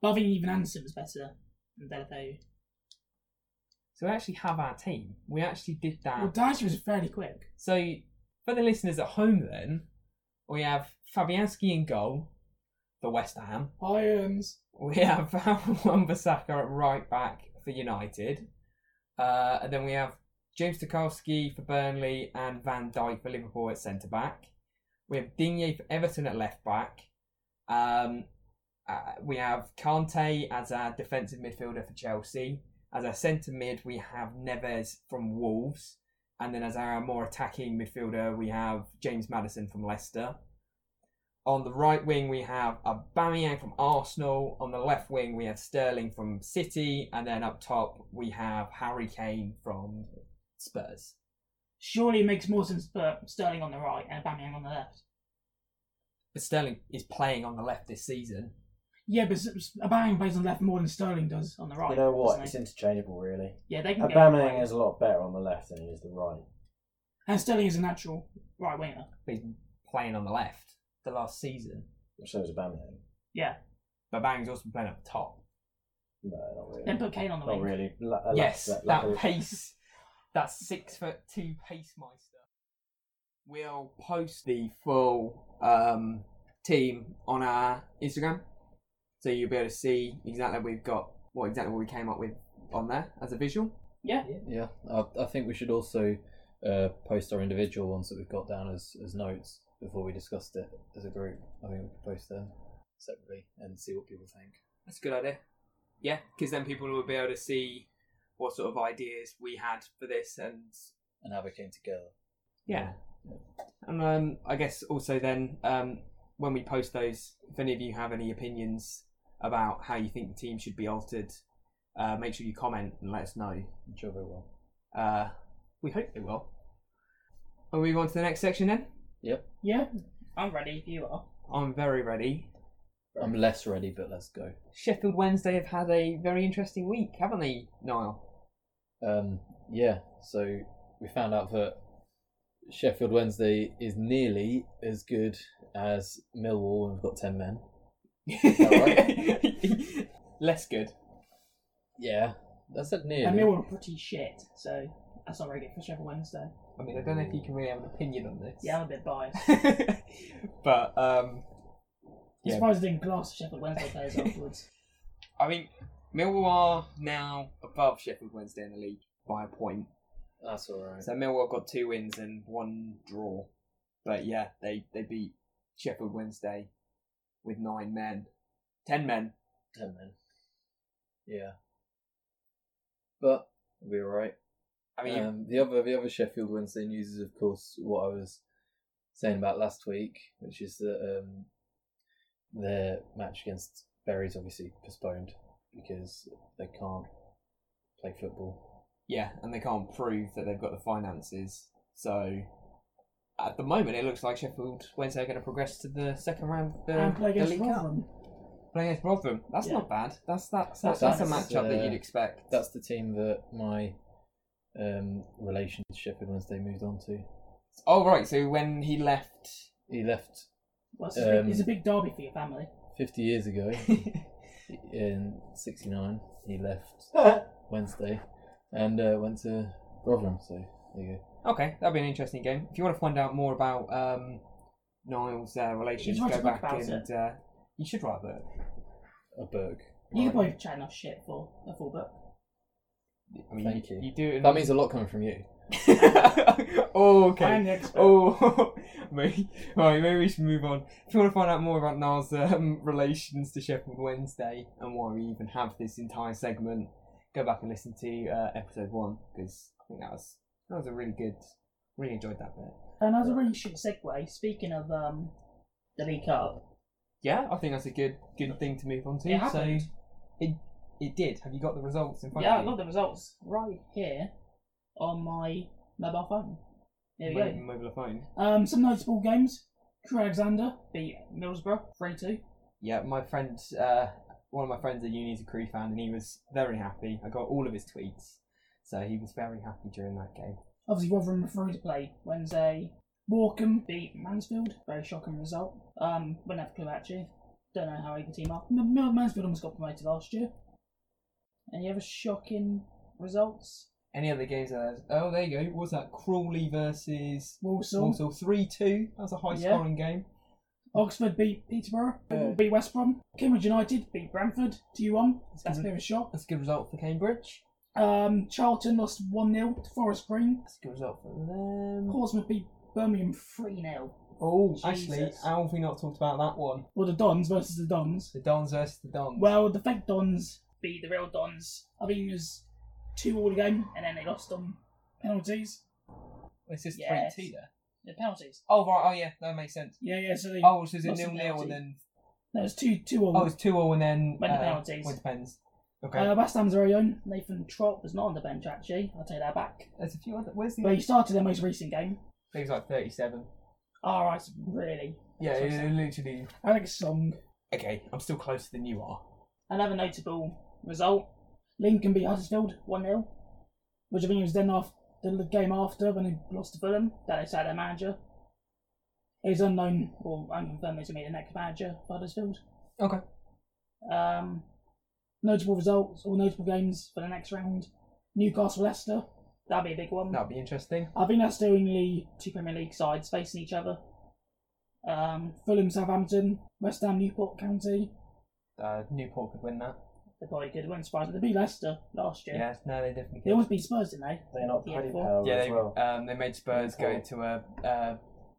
Speaker 3: But I think even Anderson was better than Delafay.
Speaker 4: So we actually have our team. We actually did that.
Speaker 3: Well Dyche was fairly quick.
Speaker 4: So for the listeners at home, then we have Fabianski in goal, for West Ham.
Speaker 3: Irons.
Speaker 4: We have Wan-Bissaka at right back for United. Uh, and then we have James Tarkowski for Burnley and Van Dijk for Liverpool at centre back. We have Digne for Everton at left back. Um, uh, we have Kante as our defensive midfielder for Chelsea. As our centre mid, we have Neves from Wolves. And then as our more attacking midfielder, we have James Madison from Leicester. On the right wing, we have Aubameyang from Arsenal. On the left wing, we have Sterling from City, and then up top we have Harry Kane from Spurs.
Speaker 3: Surely it makes more sense to put Sterling on the right and Aubameyang on the left.
Speaker 4: But Sterling is playing on the left this season.
Speaker 3: Yeah, but Aubameyang plays on the left more than Sterling does on the right.
Speaker 5: you know what?
Speaker 3: doesn't
Speaker 5: It's
Speaker 3: he?
Speaker 5: interchangeable, really.
Speaker 3: Yeah, they can get
Speaker 5: Aubameyang
Speaker 3: away.
Speaker 5: is a lot better on the left than he is the right.
Speaker 3: And Sterling is a natural right winger.
Speaker 4: But He's been playing on the left the last season.
Speaker 5: So is Aubameyang.
Speaker 3: Yeah.
Speaker 4: But Aubameyang's also been playing up top.
Speaker 5: No, not really.
Speaker 3: Then put Kane on the
Speaker 5: Not
Speaker 3: wing.
Speaker 5: really. La- a left-
Speaker 4: yes,
Speaker 5: left-
Speaker 4: that
Speaker 5: left-
Speaker 4: pace, that six foot two pace meister. We'll post the full um, team on our Instagram, so you'll be able to see exactly what we've got, what exactly what we came up with on there as a visual.
Speaker 1: yeah, I, I think we should also uh, post our individual ones that we've got down as, as notes before we discussed it as a group. I think we could post them separately and see what people think.
Speaker 4: That's a good idea. Yeah, because then people will be able to see what sort of ideas we had for this and
Speaker 1: And how they came together.
Speaker 4: Yeah. And um, I guess also then um, when we post those, if any of you have any opinions about how you think the team should be altered, uh, make sure you comment and let us know.
Speaker 1: I'm sure they will.
Speaker 4: Uh, we hope they will. And we move on to the next section then.
Speaker 3: Yeah, I'm ready if you are.
Speaker 4: I'm very ready.
Speaker 1: I'm less ready, but let's go.
Speaker 4: Sheffield Wednesday have had a very interesting week, haven't they, Niall?
Speaker 1: Um, yeah, so we found out that Sheffield Wednesday is nearly as good as Millwall and we've got 10 men. that
Speaker 4: Less good.
Speaker 1: Yeah, that's said nearly.
Speaker 3: And Millwall are pretty shit, so that's not very good for Sheffield Wednesday.
Speaker 4: I mean, I don't know if you can really have an opinion on this.
Speaker 3: Yeah, I'm a bit biased.
Speaker 4: but um,
Speaker 3: I'm
Speaker 4: Yeah.
Speaker 3: surprised they didn't glass Sheffield Wednesday players afterwards.
Speaker 4: I mean, Millwall are now above Sheffield Wednesday in the league by a point.
Speaker 1: That's all right.
Speaker 4: So Millwall got two wins and one draw. But yeah, they, they beat Sheffield Wednesday with nine men. Ten men.
Speaker 1: Ten men. Yeah, but we'll be all right.
Speaker 4: I mean,
Speaker 1: um, the other the other Sheffield Wednesday news is, of course, what I was saying about last week, which is that um, their match against Bury's obviously postponed because they can't play football.
Speaker 4: yeah, and they can't prove that they've got the finances. So at the moment, it looks like Sheffield Wednesday are going to progress to the second round of
Speaker 5: Uh,
Speaker 4: the,
Speaker 3: and play
Speaker 4: the
Speaker 3: against
Speaker 4: League Cup.
Speaker 3: Rotherham.
Speaker 4: Playing against Rotherham. That's
Speaker 3: Yeah.
Speaker 4: not bad. That's that's that's,
Speaker 1: That's-
Speaker 4: that's,
Speaker 1: that's,
Speaker 4: a matchup that
Speaker 1: uh,
Speaker 4: you'd expect.
Speaker 1: That's the team that my um, relation to Sheffield Wednesday moved on to.
Speaker 4: oh right. So when he left,
Speaker 1: He left
Speaker 3: Well, it's, a big,
Speaker 1: Um,
Speaker 3: it's a big derby for your family.
Speaker 1: 50 years ago in 69. He left Wednesday and uh, went to Rotherham, so there you go.
Speaker 4: okay, that'll be an interesting game. If you want to find out more about um, Niall's uh, relations,
Speaker 3: want
Speaker 4: go
Speaker 3: to talk
Speaker 4: back
Speaker 3: about
Speaker 4: and uh, you should write that.
Speaker 1: A book.
Speaker 3: You could probably chat enough shit for a full book.
Speaker 4: I mean,
Speaker 1: Thank
Speaker 4: you.
Speaker 1: you.
Speaker 4: You do. It in-
Speaker 1: That means a lot coming from you.
Speaker 4: oh, okay.
Speaker 3: I'm the expert.
Speaker 4: Oh, maybe, right, maybe we should move on. If you want to find out more about Niall's um, relations to Sheffield Wednesday and why we even have this entire segment, go back and listen to uh, episode one because I think that was that was a really good, really enjoyed that bit.
Speaker 3: And as a really shit segue, speaking of um, the League Cup,
Speaker 4: Yeah, I think that's a good good thing to move on to.
Speaker 3: It happened.
Speaker 4: So it it did. Have you got the results in front
Speaker 3: yeah, I
Speaker 4: of you?
Speaker 3: got the results right here on my mobile phone. There we
Speaker 4: Mo-
Speaker 3: go.
Speaker 4: mobile phone.
Speaker 3: Um, some notable games. Crew Alexander beat Middlesbrough 3 2.
Speaker 4: Yeah, my friend, uh, one of my friends at uni is a Crew fan, and he was very happy. I got all of his tweets, so he was very happy during that game.
Speaker 3: Obviously, Rotherham were through to play Wednesday. Morecambe beat Mansfield. Very shocking result. Um, wouldn't have a clue actually. Don't know how either team are. M- M- Mansfield almost got promoted last year. Any other shocking results?
Speaker 4: Any other games that has- Oh, there you go. What was that Crawley versus
Speaker 3: Walsall.
Speaker 4: Walsall three two? That was a high scoring game.
Speaker 3: Oxford beat Peterborough. Liverpool beat West Brom. Cambridge United beat Brentford 2 1. That's a bit of a shock.
Speaker 4: That's a good result for Cambridge.
Speaker 3: Um, Charlton lost 1 0 to Forest Green.
Speaker 4: That's a good result for them.
Speaker 3: Portsmouth beat Birmingham 3 0.
Speaker 4: Oh,
Speaker 3: Oh, Jesus.
Speaker 4: actually, how have we not talked about that one?
Speaker 3: Well, the Dons versus the Dons.
Speaker 4: The Dons versus the Dons.
Speaker 3: Well, the fake Dons beat the real Dons. I think it was 2 all the game, and then they lost on penalties.
Speaker 4: it's just
Speaker 3: yes.
Speaker 4: three two there.
Speaker 3: The penalties?
Speaker 4: Oh right. Oh yeah, that makes sense.
Speaker 3: Yeah, yeah, so they.
Speaker 4: Oh, so it's a
Speaker 3: Lost the
Speaker 4: nil nil
Speaker 3: penalty.
Speaker 4: and then
Speaker 3: No, it was 2 2 all.
Speaker 4: oh, it's two 0 and then
Speaker 3: Went to
Speaker 4: uh,
Speaker 3: penalties.
Speaker 4: Went to pens. Okay.
Speaker 3: uh, West Ham's very own Nathan Trott was not on the bench actually. I'll take that back.
Speaker 4: There's a few other. Where's the?
Speaker 3: But he started their most recent game.
Speaker 4: Things like thirty seven.
Speaker 3: Alright, really.
Speaker 4: Yeah,
Speaker 3: That's what I'm
Speaker 4: it- it literally.
Speaker 3: Alex Song.
Speaker 4: Okay, I'm still closer than you are.
Speaker 3: Another notable result. Lincoln beat Huddersfield 1 0, which I think was then after the game after when they lost to Fulham, that they sacked their manager. It was unknown or unconfirmed to be the next manager for Huddersfield.
Speaker 4: Okay.
Speaker 3: Um, notable results or notable games for the next round Newcastle Leicester, that'd be a big one.
Speaker 4: That'll be interesting.
Speaker 3: I think that's the only two Premier League sides facing each other. Um, Fulham Southampton, West Ham Newport County,
Speaker 4: Uh, Newport could win that.
Speaker 3: they probably could win surprising. They beat Leicester last year.
Speaker 4: Yeah, no, they definitely
Speaker 3: They
Speaker 4: could.
Speaker 3: almost beat Spurs, didn't they?
Speaker 5: They're not
Speaker 3: Yeah,
Speaker 5: pretty
Speaker 3: well-
Speaker 5: power
Speaker 4: yeah,
Speaker 5: as
Speaker 4: they,
Speaker 5: well.
Speaker 4: um, they made Spurs go
Speaker 5: Newport.
Speaker 4: to a uh,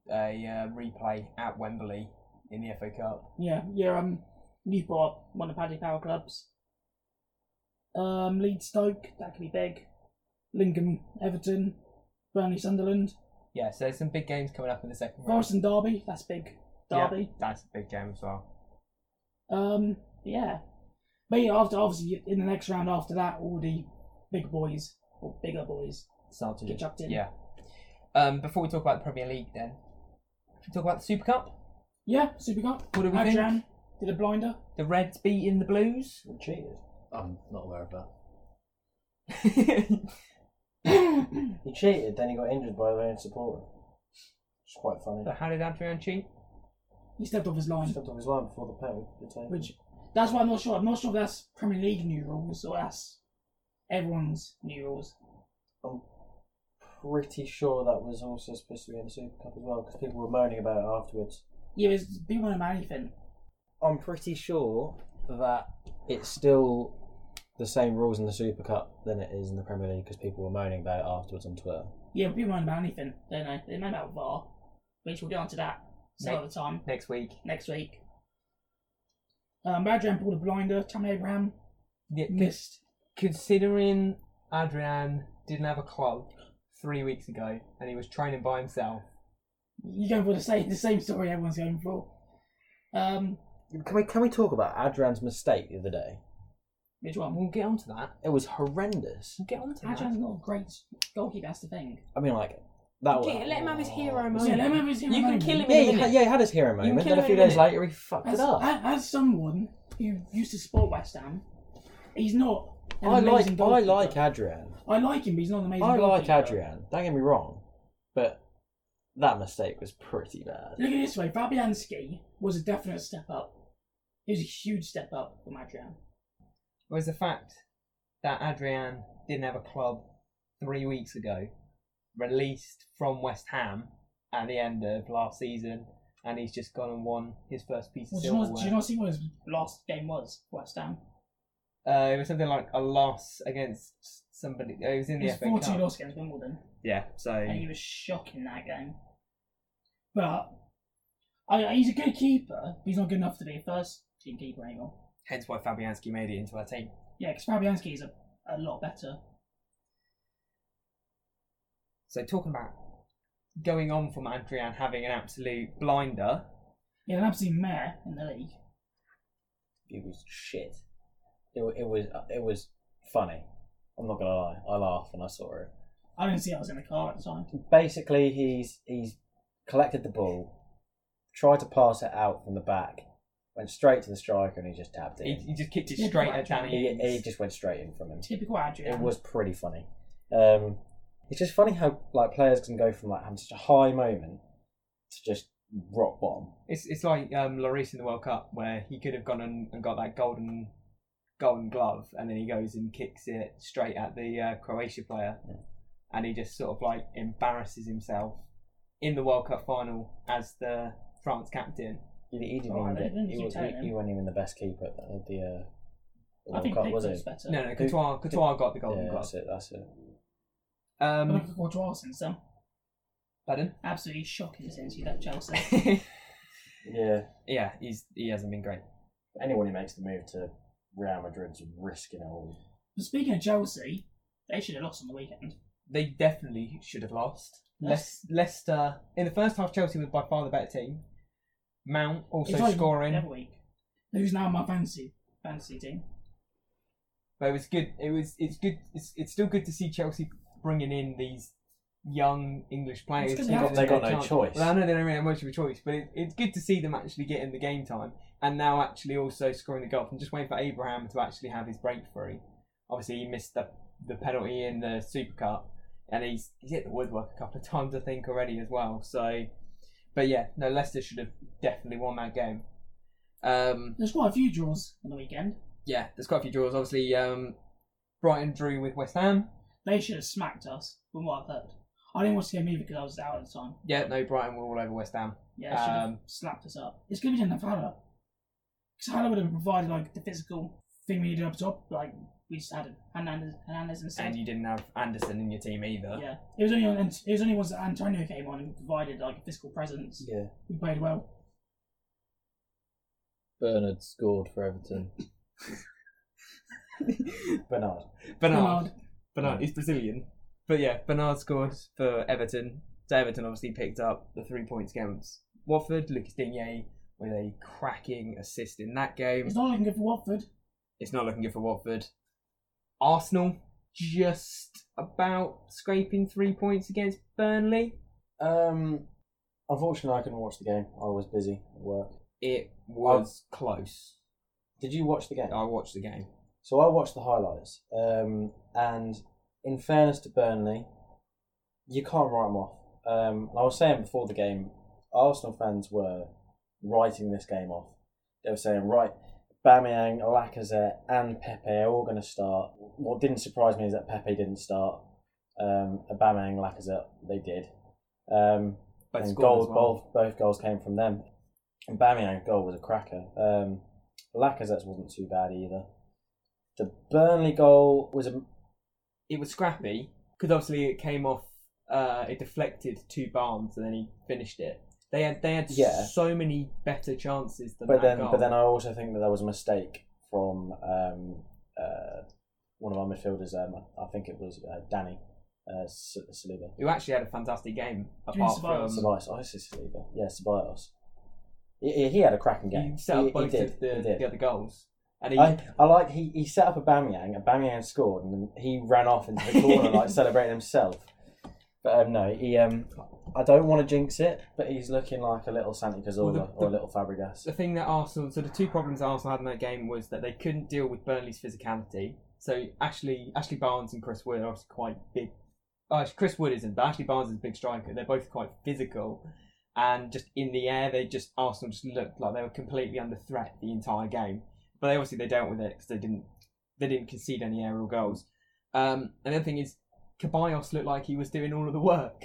Speaker 4: a uh, replay at Wembley in the FA Cup.
Speaker 3: Yeah, yeah. Um, Newport, one of Paddy Power clubs. Um, Leeds, Stoke, that could be big. Lincoln, Everton, Burnley, Sunderland,
Speaker 4: Yeah, so there's some big games coming up in the second round.
Speaker 3: Forest and Derby, that's big.
Speaker 4: Yeah,
Speaker 3: Derby.
Speaker 4: that's a big game as well.
Speaker 3: Um, yeah. But yeah, after obviously in the next round after that, all the big boys or bigger boys
Speaker 4: Start to
Speaker 3: get chucked in.
Speaker 4: yeah. Um, before we talk about the Premier League, then should we talk about the Super Cup.
Speaker 3: yeah. Super Cup.
Speaker 4: What do we
Speaker 3: Adrian
Speaker 4: think?
Speaker 3: did a blinder.
Speaker 4: The Reds beating the Blues.
Speaker 5: They cheated.
Speaker 1: I'm not aware of that.
Speaker 3: I
Speaker 5: He cheated, then he got injured by their own supporter. It's quite funny.
Speaker 4: but how did Adrian cheat?
Speaker 3: He stepped off his line.
Speaker 5: Stepped off his line before the penalty.
Speaker 3: Which that's why I'm not sure. I'm not sure if that's Premier League new rules or that's Everyone's new rules.
Speaker 5: Pretty sure that was also supposed to be in the Super Cup as well because people were moaning about it afterwards.
Speaker 3: Yeah, it's be one about anything.
Speaker 5: I'm pretty sure that it's still the same rules in the Super Cup than it is in the Premier League because people were moaning about it afterwards on Twitter.
Speaker 3: Yeah, be one about anything. Don't know. They know about VAR, which we'll get onto that some
Speaker 4: Mate.
Speaker 3: other time
Speaker 4: Next week.
Speaker 3: next week. Um, Adrian pulled a blinder. Tommy Abraham
Speaker 4: Yeah, con-
Speaker 3: missed.
Speaker 4: considering Adrian didn't have a club three weeks ago and he was training by himself.
Speaker 3: You're going for the same the same story everyone's going for. Um,
Speaker 5: Can we can we talk about Adrian's mistake the other day?
Speaker 3: which one?
Speaker 4: We'll get onto that.
Speaker 5: It was horrendous.
Speaker 4: We'll get onto that.
Speaker 3: Adrian's not a great goalkeeper. That's the thing.
Speaker 5: I mean, like that was.
Speaker 4: Okay, Oh, let him have his hero moment.
Speaker 3: Yeah, let him have his hero
Speaker 4: you
Speaker 3: moment.
Speaker 4: can kill him
Speaker 5: Yeah,
Speaker 4: in a
Speaker 5: he had,
Speaker 4: minute.
Speaker 5: yeah, he had his hero
Speaker 4: can
Speaker 5: moment.
Speaker 4: kill
Speaker 5: Then a
Speaker 4: him
Speaker 5: few
Speaker 4: in a
Speaker 5: days
Speaker 4: minute.
Speaker 5: later, he fucked
Speaker 3: As,
Speaker 5: it up.
Speaker 3: as, as someone who used to support West Ham, he's not. An
Speaker 5: I
Speaker 3: amazing
Speaker 5: like, I
Speaker 3: goalkeeper.
Speaker 5: like Adrian.
Speaker 3: I like him, but he's not an amazing.
Speaker 5: I like
Speaker 3: goalkeeper.
Speaker 5: Adrian. Don't get me wrong, but that mistake was pretty bad.
Speaker 3: Look at it this way: Fabianski was a definite step up. It was a huge step up from Adrian.
Speaker 4: was the fact that Adrian didn't have a club three weeks ago, released from West Ham at the end of last season, and he's just gone and won his first piece of
Speaker 3: Well, do, you not,
Speaker 4: silverware.
Speaker 3: do you not see what his last game was? West Ham.
Speaker 4: Uh, it was something like a loss against somebody. It was in the
Speaker 3: His
Speaker 4: FA
Speaker 3: four-two
Speaker 4: Cup.
Speaker 3: loss against Wimbledon,
Speaker 4: Yeah, so
Speaker 3: and he was shocking that game. But I, he's a good keeper. But he's not good enough to be a first-team keeper anymore.
Speaker 4: hence why Fabianski made it into our team.
Speaker 3: Yeah, because Fabianski is a, a lot better.
Speaker 4: So talking about going on from Adrian having an absolute blinder.
Speaker 3: Yeah, an absolute mare in the league.
Speaker 5: It was shit. It, wa- it was it was funny. I'm not gonna lie. I laughed when I saw it.
Speaker 3: I didn't see I was in the car at the time.
Speaker 5: Basically, he's he's collected the ball, tried to pass it out from the back, went straight to the striker, and he just tapped it.
Speaker 4: He,
Speaker 5: in.
Speaker 4: he just kicked it
Speaker 3: Yeah,
Speaker 4: straight
Speaker 3: for
Speaker 4: at Danny.
Speaker 5: He,
Speaker 4: Ings.
Speaker 5: he just went straight in from him.
Speaker 3: Typical Adrian.
Speaker 5: It was pretty funny. Um, it's just funny how like players can go from like having such a high moment to just rock bottom.
Speaker 4: It's it's like um, Lloris in the World Cup where he could have gone and, and got that golden golden glove, and then he goes and kicks it straight at the uh, Croatia player, and he just sort of like embarrasses himself in the World Cup final as the France captain.
Speaker 5: He, he didn't
Speaker 3: Oh,
Speaker 5: even
Speaker 3: they
Speaker 5: get,
Speaker 3: didn't
Speaker 5: he,
Speaker 3: do
Speaker 5: was,
Speaker 3: tell him.
Speaker 5: he, he wasn't even the best keeper at the, the, uh, the
Speaker 3: I
Speaker 5: World
Speaker 3: think
Speaker 5: Cup, was
Speaker 3: Pickford's
Speaker 5: he?
Speaker 3: better.
Speaker 4: No, no, Couture Couture got the golden
Speaker 5: Yeah,
Speaker 4: glove.
Speaker 5: that's it. That's it.
Speaker 3: But look
Speaker 4: Um,
Speaker 3: at Courtois since then.
Speaker 4: pardon.
Speaker 3: Absolutely shocking since he left Chelsea.
Speaker 5: Yeah.
Speaker 4: yeah, he's he hasn't been great.
Speaker 5: Anyone who makes the move to Real Madrid's risking it all.
Speaker 3: but speaking of Chelsea, they should have lost on the weekend.
Speaker 4: They definitely should have lost.
Speaker 3: Yes.
Speaker 4: Le- Leicester in the first half, Chelsea was by far the better team. Mount also
Speaker 3: It's like
Speaker 4: scoring.
Speaker 3: every week. Who's now my fantasy fantasy team?
Speaker 4: But it was good. It was. It's good. It's, it's still good to see Chelsea bringing in these young English players.
Speaker 3: 'cause
Speaker 4: who
Speaker 3: they
Speaker 4: don't
Speaker 3: have to.
Speaker 4: get
Speaker 5: They got no
Speaker 4: chance.
Speaker 5: choice.
Speaker 4: Well, I know they don't really have much of a choice, but it, it's good to see them actually getting the game time and now actually also scoring the goal. I'm just waiting for Abraham to actually have his breakthrough. Obviously, he missed the the penalty in the Super Cup, and he's he's hit the woodwork a couple of times I think already as well. So, but yeah, no, Leicester should have definitely won that game. Um,
Speaker 3: There's quite a few draws on the weekend.
Speaker 4: yeah, there's quite a few draws. Obviously, um, Brighton drew with West Ham.
Speaker 3: They should have smacked us, from what I've heard. I didn't watch the game either because I was out at the time.
Speaker 4: Yeah, no, Brighton were all over West Ham.
Speaker 3: Yeah, they should have
Speaker 4: Um,
Speaker 3: slapped us up. It's going to be down to Haller. Because Haller would have provided like the physical thing we needed up top. Like we just had Hernandez, Hernandez instead.
Speaker 4: And you didn't have Anderson in your team either.
Speaker 3: Yeah, it was only on, it was only once that Antonio came on and provided like a physical presence.
Speaker 5: Yeah.
Speaker 3: We played well.
Speaker 1: Bernard scored for Everton.
Speaker 5: Bernard.
Speaker 4: Bernard.
Speaker 3: Bernard.
Speaker 5: Mm.
Speaker 4: Bernard. He's Brazilian. But yeah, Bernard scores for Everton. So Everton obviously picked up the three points against Watford. Lucas Digne with a cracking assist in that game.
Speaker 3: It's not looking good for Watford.
Speaker 4: It's not looking good for Watford. Arsenal just about scraping three points against Burnley.
Speaker 5: Um, unfortunately, I couldn't watch the game. I was busy at work.
Speaker 4: It was
Speaker 5: Oh.
Speaker 4: close.
Speaker 5: Did you watch the game?
Speaker 4: I watched the game.
Speaker 5: So I watched the highlights, um, and in fairness to Burnley, you can't write them off. Um, and I was saying before the game, Arsenal fans were writing this game off. They were saying, right, Bamiang, Lacazette, and Pepe are all going to start. What didn't surprise me is that Pepe didn't start. Um, Bamiang, Lacazette, they did. Um,
Speaker 4: Both
Speaker 5: and
Speaker 4: scored
Speaker 5: goals,
Speaker 4: as well.
Speaker 5: both, both goals came from them. And Bamiang's goal was a cracker. Um, Lacazette's wasn't too bad either. The Burnley goal was a
Speaker 4: It was scrappy because obviously it came off. Uh, it deflected two Barnes and then he finished it. They had they had
Speaker 5: Yeah.
Speaker 4: so many better chances than that
Speaker 5: But then,
Speaker 4: goal.
Speaker 5: but then I also think that there was a mistake from um, uh, one of our midfielders. Um, I think it was uh, Danny uh, S- Saliba.
Speaker 4: who actually had a fantastic game
Speaker 3: you mean
Speaker 4: apart
Speaker 3: Ceballos?
Speaker 4: from
Speaker 5: Ceballos. Oh, I said Saliba. Yeah, Ceballos. He, he- he had a cracking game.
Speaker 4: he set up
Speaker 5: he,
Speaker 4: both
Speaker 5: did.
Speaker 4: of
Speaker 5: he
Speaker 4: the,
Speaker 5: did.
Speaker 4: the other goals. And he,
Speaker 5: I, I like he, he set up a Bamyang, and Bamyang scored, and then he ran off into the corner like celebrating himself. But um, no, he um, I don't want to jinx it, but he's looking like a little Santi
Speaker 4: Well,
Speaker 5: Cazorla
Speaker 4: the-
Speaker 5: or a
Speaker 4: the-
Speaker 5: little Fabregas.
Speaker 4: the thing that Arsenal, so the two problems Arsenal had in that game was that they couldn't deal with Burnley's physicality. So Ashley, Ashley Barnes and Chris Wood are obviously quite big. Oh, actually, Chris Wood isn't, but Ashley Barnes is a big striker. They're both quite physical, and just in the air, they just Arsenal just looked like they were completely under threat the entire game. But they obviously they dealt with it because they didn't they didn't concede any aerial goals. Um, and the other thing is, Caballos looked like he was doing all of the work.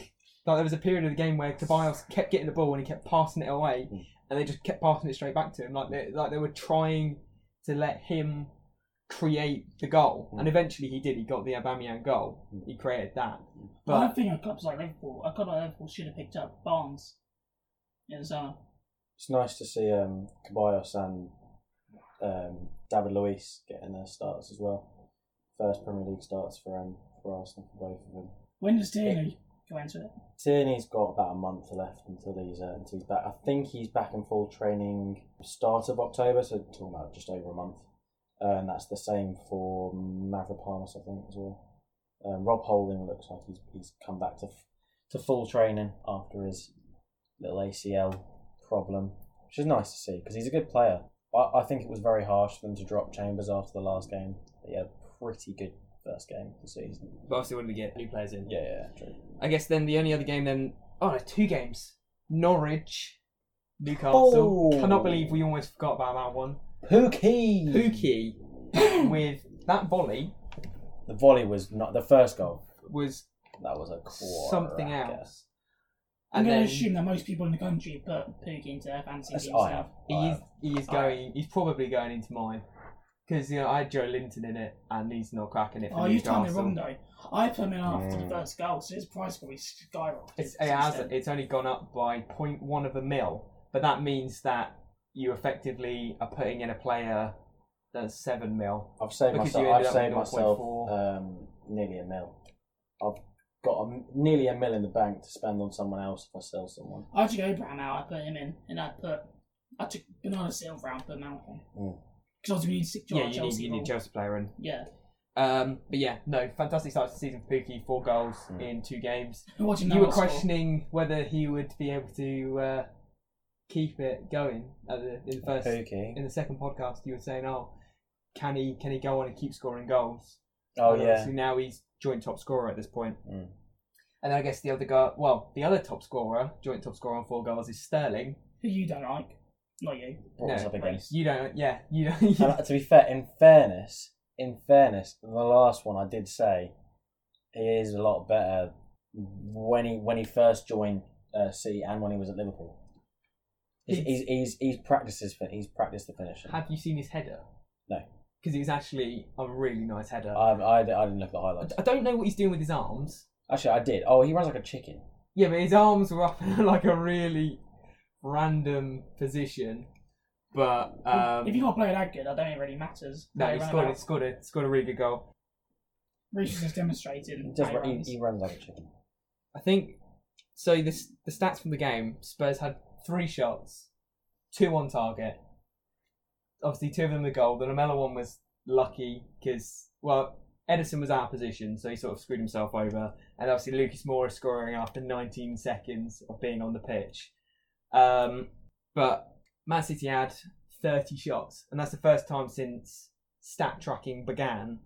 Speaker 4: Like there was a period of the game where Caballos kept getting the ball and he kept passing it away and they just kept passing it straight back to him, like they like they were trying to let him create the goal. And eventually he did. He got the Aubameyang goal. He created that.
Speaker 3: But I
Speaker 4: But
Speaker 3: think a clubs like Liverpool, a club like Liverpool should have picked up Barnes in the summer.
Speaker 5: it's nice to see um, Caballos and um, David Luis getting their starts as well. First Premier League starts for um, for Arsenal for both of them.
Speaker 3: When does Tierney go into it?
Speaker 5: Tierney's got about a month left until he's uh, until he's back. I think he's back in full training start of October, so talking about just over a month. Uh, and that's the same for Mavropanos, I think, as well. Um, Rob Holding looks like he's he's come back to f- to full training after his little ACL problem, which is nice to see because he's a good player. I, I think it was very harsh for them to drop Chambers after the last game. He had a pretty good first game of the season.
Speaker 4: but obviously wanted to get new players in.
Speaker 5: Yeah, yeah, true.
Speaker 4: I guess then the only other game then oh no, two games. Norwich, Newcastle.
Speaker 5: Oh. Hmm.
Speaker 4: Cannot believe we almost forgot about that one.
Speaker 5: Pookie!
Speaker 4: Pookie with that volley
Speaker 5: The volley was not the first goal.
Speaker 4: was
Speaker 5: That was a core
Speaker 4: something else.
Speaker 3: I'm
Speaker 4: And
Speaker 3: going
Speaker 4: then
Speaker 3: to assume that most people in the country put Pookie into their fancy
Speaker 5: That's
Speaker 3: team
Speaker 5: I
Speaker 3: stuff.
Speaker 5: have.
Speaker 4: he
Speaker 5: I
Speaker 4: is,
Speaker 5: have.
Speaker 4: he is going. He's probably going into mine because you know I had Joe Linton in it, and he's not cracking it for
Speaker 3: Oh, you've
Speaker 4: Newcastle.
Speaker 3: done it wrong though. I put him in after the
Speaker 5: Mm.
Speaker 3: first goal, so his price probably skyrocketed.
Speaker 4: It's, it
Speaker 3: since
Speaker 4: has,
Speaker 3: then.
Speaker 4: it's only gone up by 0.1 of a mil, but that means that you effectively are putting in a player that's 7 mil.
Speaker 5: I've saved
Speaker 4: Because
Speaker 5: myself.
Speaker 4: you ended
Speaker 5: I've
Speaker 4: up with
Speaker 5: saved myself
Speaker 4: 0.4.
Speaker 5: um, nearly a mil. I've got a, nearly a mil in the bank to spend on someone else if I sell someone.
Speaker 3: I took Abraham out, I put him in, and I put. I took Bernardo Silva out, but Malcolm.
Speaker 5: Mm.
Speaker 3: Because obviously we need to stick to
Speaker 4: yeah,
Speaker 3: our
Speaker 4: you need,
Speaker 3: Chelsea
Speaker 4: you need
Speaker 3: rule.
Speaker 4: Chelsea player in.
Speaker 3: Yeah.
Speaker 4: Um, but yeah, no, fantastic start to the season for Pookie. Four goals
Speaker 3: Hmm.
Speaker 4: in two games.
Speaker 3: And watching
Speaker 4: you were
Speaker 3: Noah score.
Speaker 4: questioning whether he would be able to uh, keep it going at the, in the first
Speaker 5: Pookie.
Speaker 4: in the second podcast you were saying, oh, can he can he go on and keep scoring goals?
Speaker 5: Oh
Speaker 4: And
Speaker 5: yeah.
Speaker 4: obviously now he's joint top scorer at this point.
Speaker 5: Mm.
Speaker 4: And then I guess the other guy, well, the other top scorer, joint top scorer on four goals is Sterling.
Speaker 3: Who you don't like. Not you.
Speaker 5: Brought us
Speaker 4: No,
Speaker 5: up again.
Speaker 4: You don't, yeah, you don't.
Speaker 5: And to be fair, in fairness, in fairness, the last one I did say he is a lot better when he when he first joined uh, City and when he was at Liverpool. He's he's he's, he's practices fin- he's practiced the finishing.
Speaker 4: Have you seen his header?
Speaker 5: No. Uh,
Speaker 4: Because it was actually a really nice header. I,
Speaker 5: I, I, I didn't look at the highlights.
Speaker 4: I don't know what he's doing with his arms.
Speaker 5: Actually, I did. Oh, he runs like a chicken.
Speaker 4: Yeah, but his arms were up in like a really random position. But um,
Speaker 3: if you got a player that good, I don't think it really matters.
Speaker 4: no,
Speaker 3: How
Speaker 4: he
Speaker 3: run
Speaker 4: scored, he
Speaker 3: about.
Speaker 4: scored a scored a really good goal.
Speaker 3: Reece is just demonstrating.
Speaker 5: He,
Speaker 3: how
Speaker 5: does,
Speaker 3: he
Speaker 5: run,
Speaker 3: runs.
Speaker 5: he, he runs like a chicken.
Speaker 4: I think so. This the stats from the game. Spurs had three shots, two on target. Obviously, two of them were goal. The Lamella one was lucky because well, Edison was out of position, so he sort of screwed himself over. And obviously, Lucas Moura scoring after 19 seconds of being on the pitch. Um, but Man City had 30 shots, and that's the first time since stat tracking began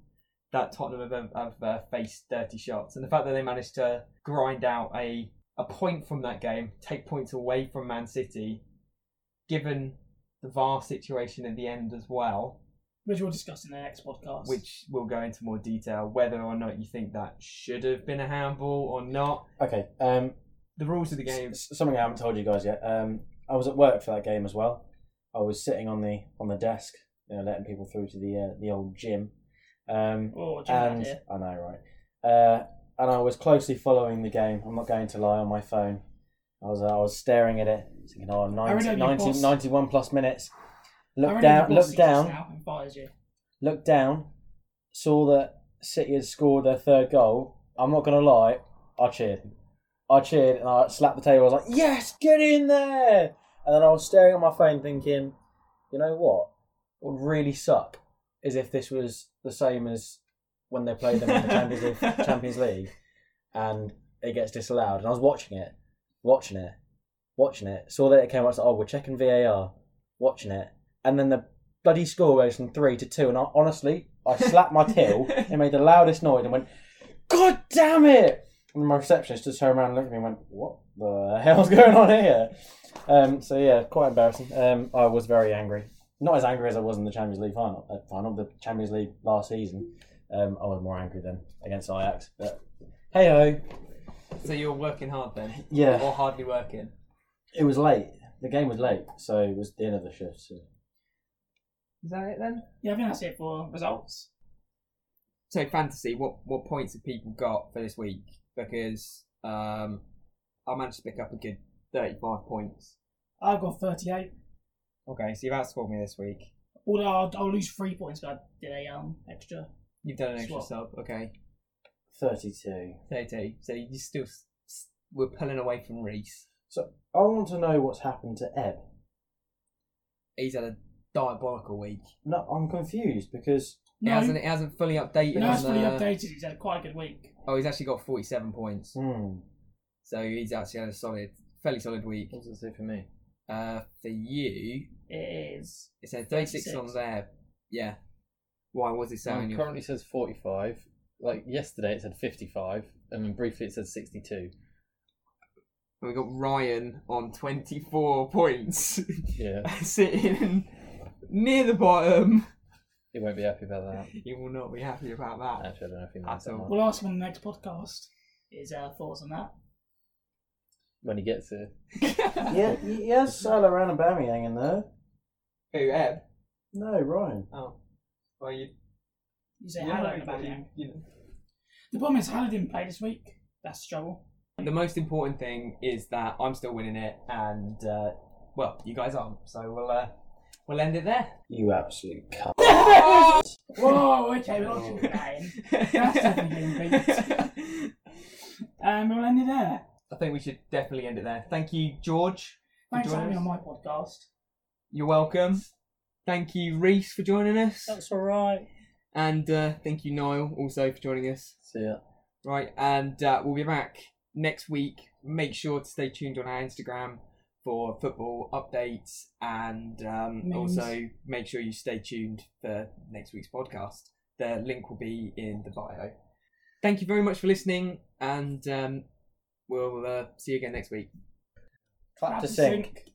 Speaker 4: that Tottenham have, have uh, faced 30 shots. And the fact that they managed to grind out a, a point from that game, take points away from Man City, given the VAR situation at the end as well,
Speaker 3: which we'll discuss in the next podcast.
Speaker 4: which we'll go into more detail whether or not you think that should have been a handball or not.
Speaker 5: Okay. Um,
Speaker 4: The rules of the game.
Speaker 5: S- something I haven't told you guys yet. Um, I was at work for that game as well. I was sitting on the on the desk, you know, letting people through to the uh, the old gym. Um,
Speaker 3: oh, do you have an
Speaker 5: and
Speaker 3: idea?
Speaker 5: I know, right? Uh, and I was closely following the game. I'm not going to lie on my phone. I was uh, I was staring at it, thinking, "Oh, 90,
Speaker 3: remember your
Speaker 5: 90
Speaker 3: boss-
Speaker 5: 91 plus minutes."
Speaker 3: I
Speaker 5: Look
Speaker 3: reckon
Speaker 5: down,
Speaker 3: the boss
Speaker 5: look
Speaker 3: sees us
Speaker 5: down,
Speaker 3: now and fires you.
Speaker 5: looked down, saw that City had scored their third goal. I'm not going to lie, I cheered. I cheered and I slapped the table. I was like, yes, get in there! And then I was staring at my phone thinking, you know what? What would really suck is if this was the same as when they played them in the Champions League, Champions League and it gets disallowed. And I was watching it, watching it, watching it, saw that it came up, I was like, oh, we're checking VAR, watching it. And then the bloody score goes from three to two, and I, honestly, I slapped my till and made the loudest noise and went, "God damn it!" And my receptionist just turned around and looked at me and went, "What the hell's going on here?" Um, so yeah, quite embarrassing. Um, I was very angry. Not as angry as I was in the Champions League final, uh, final the Champions League last season. Um, I was more angry then against Ajax. But hey ho,
Speaker 4: So you're working hard then,
Speaker 5: yeah,
Speaker 4: or hardly working.
Speaker 5: it was late. The game was late, so it was the end of the shift. So.
Speaker 4: Is that it then?
Speaker 3: Yeah, I think that's it for results.
Speaker 4: So fantasy, what what points have people got for this week? Because um, I managed to pick up a good thirty-five points.
Speaker 3: I've got 38.
Speaker 4: Okay, so you've outscored me this week.
Speaker 3: Although I'll, I'll lose three points because I did a um extra.
Speaker 4: You've done an extra
Speaker 3: Swap.
Speaker 4: sub. Okay,
Speaker 5: Thirty-two.
Speaker 4: thirty-two. So you still s- s- we're pulling away from Reese.
Speaker 5: So I want to know what's happened to Ebb.
Speaker 4: He's had a diabolical week.
Speaker 5: No, I'm confused because
Speaker 4: It
Speaker 3: No,
Speaker 4: hasn't it hasn't fully updated.
Speaker 3: no,
Speaker 4: on
Speaker 3: it's fully
Speaker 4: the-
Speaker 3: updated. He's had quite a good week.
Speaker 4: Oh, he's actually got forty-seven points.
Speaker 5: hmm,
Speaker 4: So he's actually had a solid, fairly solid week.
Speaker 1: What does it say for me?
Speaker 4: Uh, for you,
Speaker 3: It is.
Speaker 4: it said thirty-six
Speaker 3: 36.
Speaker 4: on there. Yeah. Why was it
Speaker 3: Oh,
Speaker 1: Mine
Speaker 4: saying? your
Speaker 1: Um, currently says 45. Like yesterday it said 55, and then briefly it said 62.
Speaker 4: And we got Ryan on 24 points,
Speaker 1: Yeah,
Speaker 4: sitting near the bottom.
Speaker 1: he won't be happy about that.
Speaker 4: You will not be happy about that.
Speaker 1: Actually, I don't know if he means
Speaker 4: At
Speaker 1: that
Speaker 4: all.
Speaker 1: much.
Speaker 3: We'll ask him on the next podcast. Is our thoughts on that?
Speaker 1: when he gets here.
Speaker 5: yeah, yes, Salah around Aubameyang in there.
Speaker 4: Who, Eb?
Speaker 5: No, Ryan.
Speaker 4: Oh. Well, you.
Speaker 3: You say
Speaker 4: you know,
Speaker 3: hello
Speaker 4: you-
Speaker 3: about him.
Speaker 4: you know.
Speaker 3: The problem is Hannah didn't play this week. That's the trouble.
Speaker 4: The most important thing is that I'm still winning it, and, uh, well, you guys aren't. So we'll, uh, we'll end it there.
Speaker 5: You absolute cunt.
Speaker 3: Whoa, okay, we're not talking about him. Oh! That's definitely getting Um, we'll end it there.
Speaker 4: I think we should definitely end it there. Thank you, George.
Speaker 3: Thanks for
Speaker 4: Enjoy
Speaker 3: having me
Speaker 4: us.
Speaker 3: on my podcast.
Speaker 4: You're welcome. Thank you, Reese, for joining us.
Speaker 3: That's all right.
Speaker 4: And uh, thank you, Niall, also for joining us.
Speaker 1: So yeah,
Speaker 4: Right, and uh, we'll be back next week. Make sure to stay tuned on our Instagram for football updates, and um,
Speaker 3: Memes.
Speaker 4: also make sure you stay tuned for next week's podcast. The link will be in the bio. Thank you very much for listening, and um, we'll uh, see you again next week.
Speaker 5: Clap to sink.